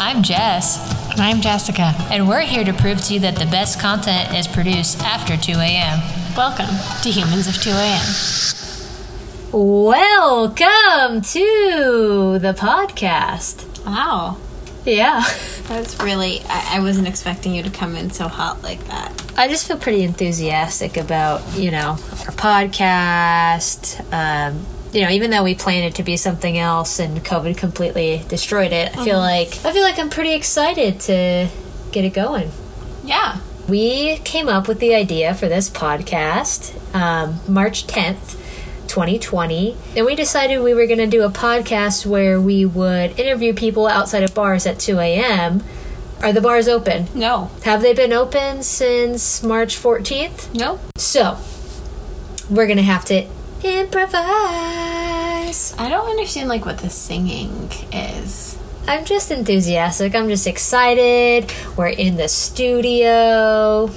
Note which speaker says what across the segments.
Speaker 1: I'm Jess,
Speaker 2: And I'm Jessica.
Speaker 1: and we're here to prove to you that the best content is produced after 2 a.m.
Speaker 2: Welcome to Humans of 2 AM.
Speaker 1: Welcome to the podcast.
Speaker 2: Wow.
Speaker 1: Yeah,
Speaker 2: That's really, I, I wasn't expecting you to come in so hot like that.
Speaker 1: I just feel pretty enthusiastic about, you know, our podcast. Um, you know, even though we planned it to be something else and COVID completely destroyed it, I feel like
Speaker 2: Mm-hmm.
Speaker 1: I feel like I'm pretty excited to get it going.
Speaker 2: Yeah.
Speaker 1: We came up with the idea for this podcast um, March 10th, 2020. And we decided we were going to do a podcast where we would interview people outside of bars at 2 a.m. Are the bars open?
Speaker 2: No.
Speaker 1: Have they been open since March 14th?
Speaker 2: No.
Speaker 1: So, we're going to have to improvise.
Speaker 2: I don't understand, like, what the singing is.
Speaker 1: I'm just enthusiastic. I'm just excited. We're in the studio.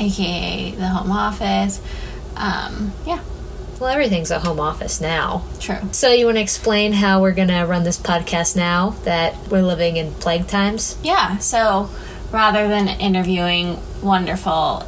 Speaker 2: AKA the home office. Um, yeah.
Speaker 1: Well, everything's a home office now.
Speaker 2: True.
Speaker 1: So you want to explain how we're gonna run this podcast now that we're living in plague times?
Speaker 2: Yeah. So rather than interviewing wonderful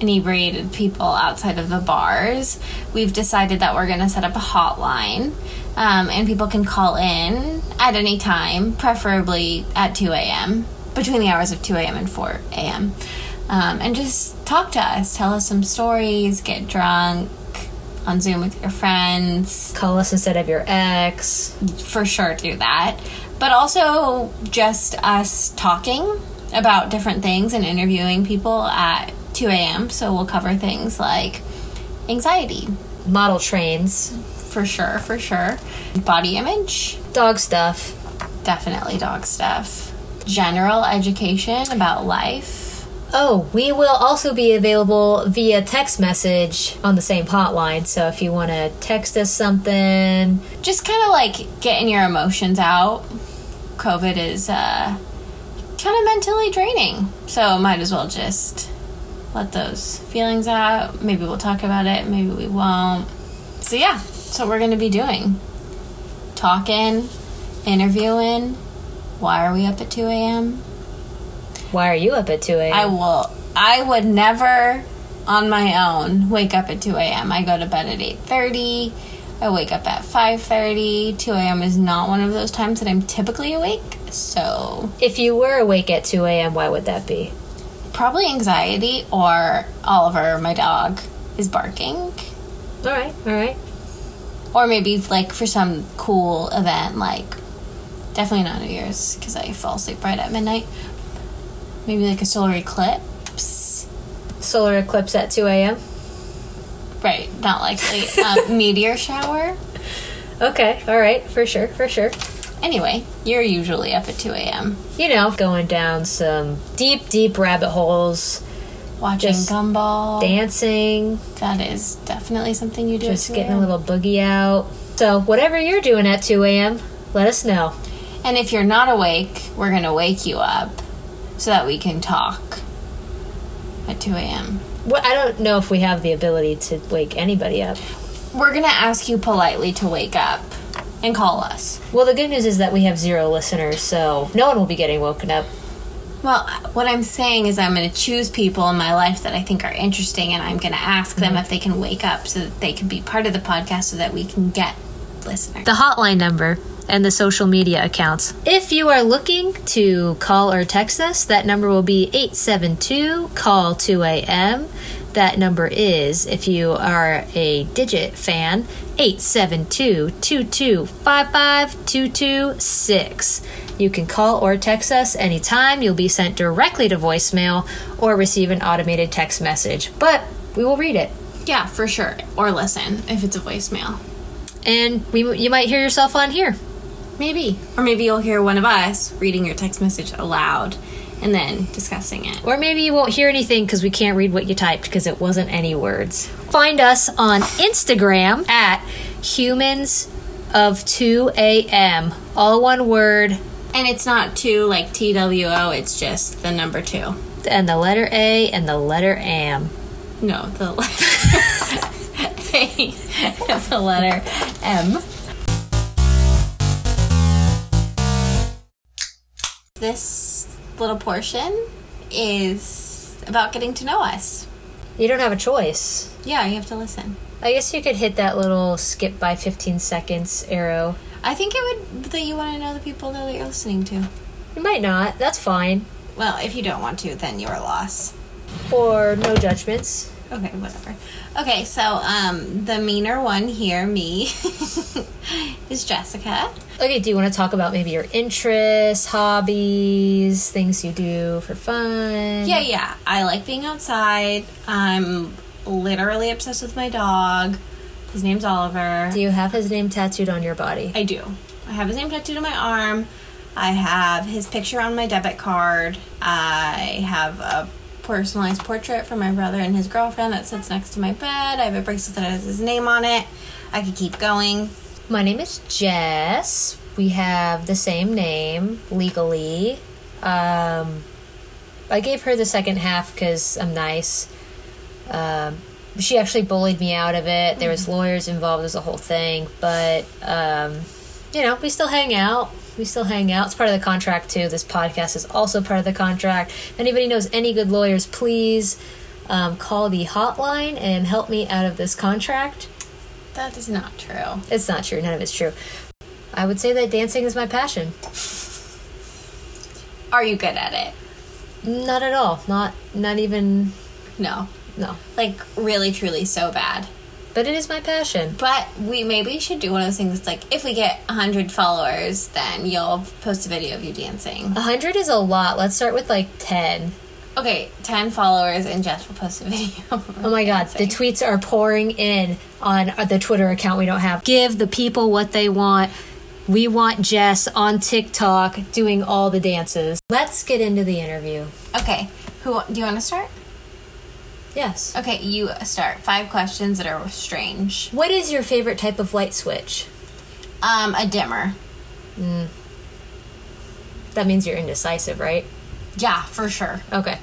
Speaker 2: inebriated people outside of the bars, we've decided that we're going to set up a hotline. Um, and people can call in at any time, preferably at 2 a.m., between the hours of 2 a.m. and 4 a.m., um, and just talk to us, tell us some stories, get drunk on Zoom with your friends,
Speaker 1: Call us instead of your ex.
Speaker 2: for sure do that. But also just us talking about different things and interviewing people at 2 a.m. So we'll cover things like anxiety,
Speaker 1: Model trains.
Speaker 2: for sure, for sure. Body image,
Speaker 1: Dog stuff.
Speaker 2: definitely dog stuff. General education about life.
Speaker 1: Oh, we will also be available via text message on the same hotline. So if you want to text us something,
Speaker 2: Just kind of like getting your emotions out. COVID is uh, kind of mentally draining. So might as well just let those feelings out. Maybe we'll talk about it, maybe we won't. So, yeah, that's what we're going to be doing talking, interviewing. Why are we up at 2 a.m.?
Speaker 1: why are you up at 2 a.m.?
Speaker 2: I will, I would never on my own wake up at 2 a.m. I go to bed at 8.30. I wake up at 5.30. 2 a.m. is not one of those times that I'm typically awake. So
Speaker 1: if you were awake at 2 a.m., why would that be?
Speaker 2: Probably anxiety or Oliver, my dog, is barking.
Speaker 1: All right, all right.
Speaker 2: Or maybe like for some cool event, like definitely not New Year's because I fall asleep right at midnight. Maybe like a solar eclipse.
Speaker 1: Solar eclipse at 2 a.m.
Speaker 2: Right, not likely. um, meteor shower.
Speaker 1: Okay, all right, for sure, for sure.
Speaker 2: Anyway, you're usually up at 2 a.m.
Speaker 1: You know, going down some deep, deep rabbit holes,
Speaker 2: watching
Speaker 1: Just
Speaker 2: Gumball.
Speaker 1: dancing,
Speaker 2: That is definitely something you do. at
Speaker 1: just
Speaker 2: 2
Speaker 1: getting
Speaker 2: a.m.
Speaker 1: a little boogie out. So, whatever you're doing at 2 a.m., let us know.
Speaker 2: And if you're not awake, we're going to wake you up so that we can talk at 2 a.m.
Speaker 1: Well, I don't know if we have the ability to wake anybody up.
Speaker 2: We're going to ask you politely to wake up and call us.
Speaker 1: Well, the good news is that we have zero listeners, so no one will be getting woken up.
Speaker 2: Well, what I'm saying is, I'm going to choose people in my life that I think are interesting, and I'm going to ask
Speaker 1: Mm-hmm.
Speaker 2: them if they can wake up so that they can be part of the podcast so that we can get listeners.
Speaker 1: The hotline number and the social media accounts. If you are looking to call or text us, that number will be 872 call 2 a.m. That number is, if you are a digit fan, 872 2255 226. You can call or text us anytime. You'll be sent directly to voicemail or receive an automated text message, but we will read it.
Speaker 2: Yeah, for sure. Or listen if it's a voicemail.
Speaker 1: And we, you might hear yourself on here.
Speaker 2: Maybe. Or maybe you'll hear one of us reading your text message aloud and then discussing it.
Speaker 1: Or maybe you won't hear anything because we can't read what you typed because it wasn't any words. Find us on Instagram at humans of 2 a.m. All one word
Speaker 2: And it's not two like T W O, it's just the number two.
Speaker 1: and the letter A and the letter am.
Speaker 2: No, the letter the letter M. this little portion is about getting to know us.
Speaker 1: You don't have a choice.
Speaker 2: Yeah, you have to listen.
Speaker 1: I guess you could hit that little skip by 15 seconds arrow.
Speaker 2: I think it would that you want to know the people that you're listening to.
Speaker 1: You might not. That's fine.
Speaker 2: Well, if you don't want to, then your loss.
Speaker 1: Or no judgments.
Speaker 2: Okay, whatever. Okay, so um, the meaner one here, me, is Jessica.
Speaker 1: Okay, do you want to talk about maybe your interests, hobbies, things you do for fun?
Speaker 2: Yeah, yeah. I like being outside. I'm literally obsessed with my dog. His name's Oliver.
Speaker 1: Do you have his name tattooed on your body?
Speaker 2: I do. I have his name tattooed on my arm. I have his picture on my debit card. I have a personalized portrait from my brother and his girlfriend that sits next to my bed. I have a bracelet that has his name on it. I could keep going.
Speaker 1: My name is Jess. We have the same name legally. Um, I gave her the second half because I'm nice. Um, she actually bullied me out of it. There was lawyers involved. There's a whole thing, but um, you know, we still hang out. We still hang out. It's part of the contract too. This podcast is also part of the contract. If anybody knows any good lawyers, please um, call the hotline and help me out of this contract.
Speaker 2: That is not true.
Speaker 1: It's not true. None of it's true. I would say that dancing is my passion.
Speaker 2: Are you good at it?
Speaker 1: Not at all. Not not even
Speaker 2: No.
Speaker 1: no.
Speaker 2: Like, really, truly so bad.
Speaker 1: But it is my passion.
Speaker 2: But we maybe should do one of those things like if we get 100 followers, then you'll post a video of you dancing.
Speaker 1: A hundred is a lot. Let's start with like ten.
Speaker 2: Okay, 10 followers and Jess will post a video. of
Speaker 1: Oh my god,
Speaker 2: dancing.
Speaker 1: the tweets are pouring in on uh, the Twitter account we don't have. Give the people what they want. We want Jess on TikTok doing all the dances. Let's get into the interview.
Speaker 2: okay, who do you want to start?
Speaker 1: Yes.
Speaker 2: Okay, you start. Five questions that are strange.
Speaker 1: What is your favorite type of light switch?
Speaker 2: Um, a dimmer.
Speaker 1: That means you're indecisive, right?
Speaker 2: Yeah, for sure.
Speaker 1: Okay.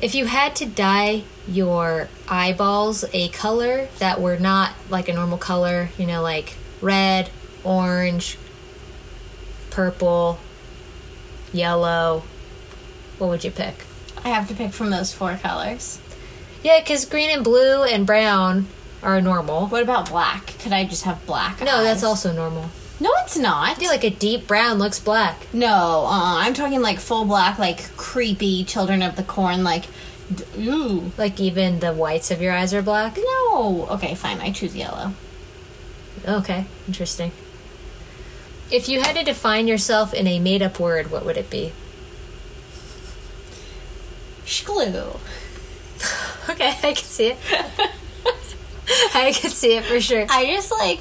Speaker 1: If you had to dye your eyeballs a color that were not like a normal color, you know, like red, orange, purple, yellow, what would you pick?
Speaker 2: I have to pick from those four colors.
Speaker 1: Yeah, because green and blue and brown are normal.
Speaker 2: What about black? Could I just have black?
Speaker 1: No, that's
Speaker 2: eyes?
Speaker 1: also normal.
Speaker 2: No, it's not.
Speaker 1: Yeah, like a deep brown looks black.
Speaker 2: No, uh, I'm talking like full black, like creepy Children of the Corn, like d- ooh.
Speaker 1: Like even the whites of your eyes are black.
Speaker 2: No. Okay, fine. I choose yellow.
Speaker 1: Okay, interesting. If you had to define yourself in a made up word, what would it be?
Speaker 2: Shglue.
Speaker 1: Okay, I can see it. I can see it for sure.
Speaker 2: I just like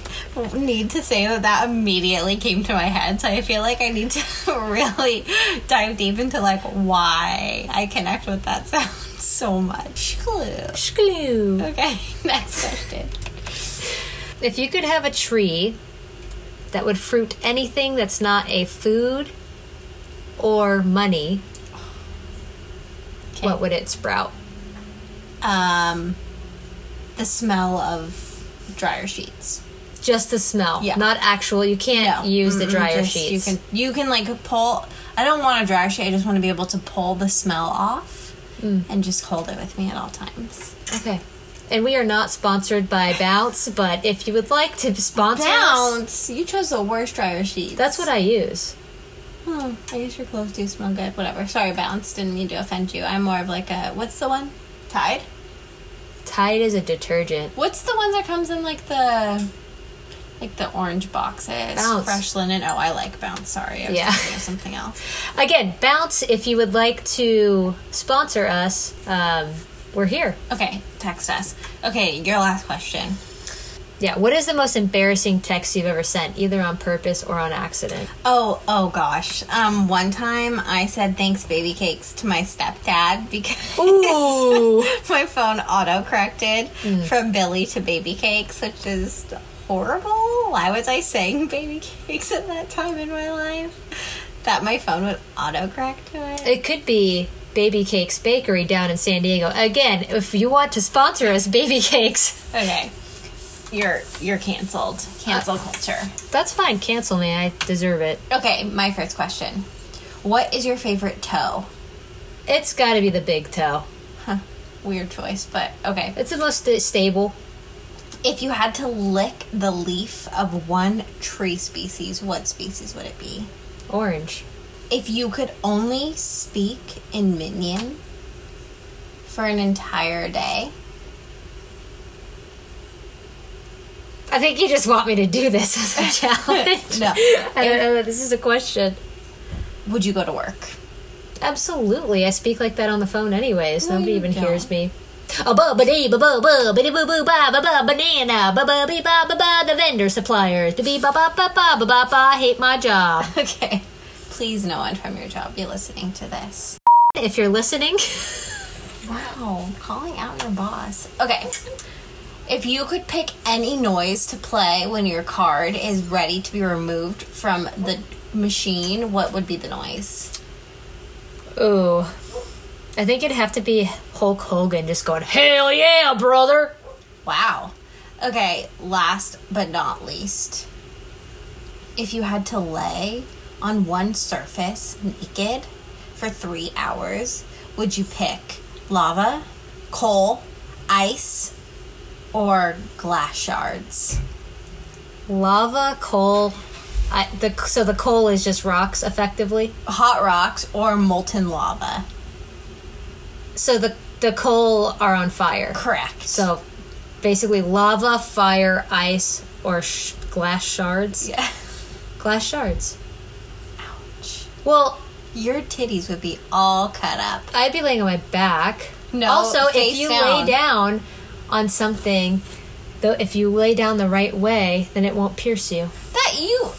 Speaker 2: need to say that that immediately came to my head, so I feel like I need to really dive deep into like why I connect with that sound so much. Shglue.
Speaker 1: Shgloo.
Speaker 2: Okay, next question.
Speaker 1: If you could have a tree that would fruit anything that's not a food or money,
Speaker 2: Okay.
Speaker 1: what would it sprout?
Speaker 2: Um, the smell of dryer sheets.
Speaker 1: Just the smell,
Speaker 2: Yeah.
Speaker 1: not actual. You can't
Speaker 2: No.
Speaker 1: use the
Speaker 2: Mm-mm,
Speaker 1: dryer
Speaker 2: Mm-hmm. just-
Speaker 1: sheets.
Speaker 2: You can you can like pull. I don't want a dryer sheet. I just want to be able to pull the smell off
Speaker 1: Mm.
Speaker 2: and just hold it with me at all times.
Speaker 1: Okay. And we are not sponsored by Bounce, but if you would like to sponsor us,
Speaker 2: Bounce. You chose the worst dryer sheet.
Speaker 1: that's what I use.
Speaker 2: Hmm, I guess your clothes do smell good. Whatever. Sorry, Bounce. Didn't mean to offend you. I'm more of like a what's the one? Tide.
Speaker 1: Tide is a detergent.
Speaker 2: What's the one that comes in like the like the orange boxes?
Speaker 1: Bounce.
Speaker 2: Fresh linen. Oh, I like Bounce. Sorry, I was
Speaker 1: Yeah.
Speaker 2: thinking of something else.
Speaker 1: Again, Bounce, if you would like to sponsor us, um, we're here.
Speaker 2: Okay, text us. Okay, your last question.
Speaker 1: Yeah, what is the most embarrassing text you've ever sent, either on purpose or on accident?
Speaker 2: Oh, oh gosh. Um, one time I said thanks baby cakes to my stepdad because
Speaker 1: Ooh.
Speaker 2: my phone auto corrected from Billy to baby cakes, which is horrible. Why was I saying baby cakes at that time in my life? That my phone would auto correct to it.
Speaker 1: It could be Baby Cakes Bakery down in San Diego. Again, if you want to sponsor us, Baby Cakes,
Speaker 2: Okay. You're you're canceled. Cancel culture.
Speaker 1: that's fine. Cancel me. I deserve it.
Speaker 2: Okay, my first question. What is your favorite toe?
Speaker 1: It's got to be the big toe.
Speaker 2: Huh. Weird choice, but okay.
Speaker 1: It's the most sta- stable.
Speaker 2: If you had to lick the leaf of one tree species, what species would it be?
Speaker 1: Orange.
Speaker 2: If you could only speak in Minion for an entire day,
Speaker 1: I think you just want me to do this as a challenge.
Speaker 2: No.
Speaker 1: I don't know that this is a question.
Speaker 2: would you go to work?
Speaker 1: Absolutely. I speak like that on the phone anyways. Nobody
Speaker 2: you
Speaker 1: even
Speaker 2: don't.
Speaker 1: hears me. A ba ba dee ba ba ba ba dee boo boo ba ba ba banana ba ba bee ba ba ba the vendor suppliers to be ba ba ba ba ba ba ba I hate my job.
Speaker 2: Okay. Please, no one from your job be listening to this.
Speaker 1: If you're listening,
Speaker 2: Wow, calling out your boss. Okay. If you could pick any noise to play when your card is ready to be removed from the machine, what would be the noise?
Speaker 1: ooh, I think it'd have to be Hulk Hogan just going hell yeah, brother.
Speaker 2: Wow. Okay, last but not least. If you had to lay on one surface naked for three hours, would you pick lava, coal, ice, or glass shards?
Speaker 1: Lava coal. I, the, so the coal is just rocks effectively.
Speaker 2: Hot rocks or molten lava?
Speaker 1: So the the coal are on fire.
Speaker 2: Correct.
Speaker 1: So basically, lava, fire, ice, or sh- glass shards.
Speaker 2: yeah.
Speaker 1: Glass shards.
Speaker 2: Ouch.
Speaker 1: Well,
Speaker 2: Your titties would be all cut up.
Speaker 1: I'd be laying on my back.
Speaker 2: No,
Speaker 1: Also, if
Speaker 2: face
Speaker 1: you lay
Speaker 2: down.
Speaker 1: down on something, though, if you lay down the right way, then it won't pierce you.
Speaker 2: That you.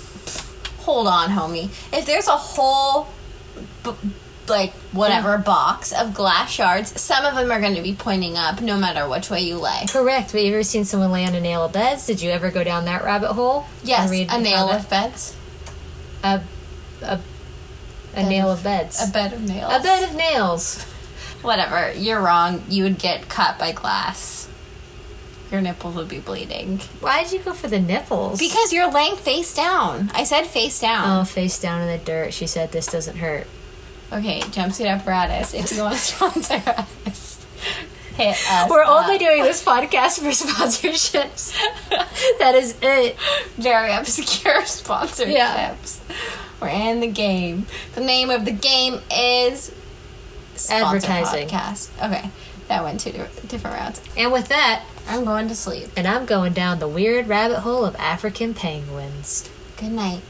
Speaker 2: Hold on, homie. If there's a whole, b- like, whatever box of glass shards, some of them are going to be pointing up no matter which way you lay.
Speaker 1: Correct. But you ever seen someone lay on a nail of beds? Did you ever go down that rabbit hole? and
Speaker 2: Yes,
Speaker 1: read
Speaker 2: a nail
Speaker 1: about
Speaker 2: of beds.
Speaker 1: a a, a nail of beds.
Speaker 2: A bed of nails.
Speaker 1: a bed of nails.
Speaker 2: Whatever. You're wrong. You would get cut by glass. Your nipples would be bleeding.
Speaker 1: Why did you go for the nipples?
Speaker 2: Because you're laying face down. I said face down.
Speaker 1: oh, face down in the dirt. She said this doesn't hurt.
Speaker 2: Okay, jumpsuit apparatus. If you want to sponsor us, hit us.
Speaker 1: We're
Speaker 2: up.
Speaker 1: only doing this podcast for sponsorships. that is it.
Speaker 2: very obscure sponsorships. We're in the game. The name of the game is Sponsor
Speaker 1: Advertising.
Speaker 2: Podcast. Okay, that went two di- different routes.
Speaker 1: And with that,
Speaker 2: I'm going to sleep.
Speaker 1: and I'm going down the weird rabbit hole of African penguins.
Speaker 2: Good night.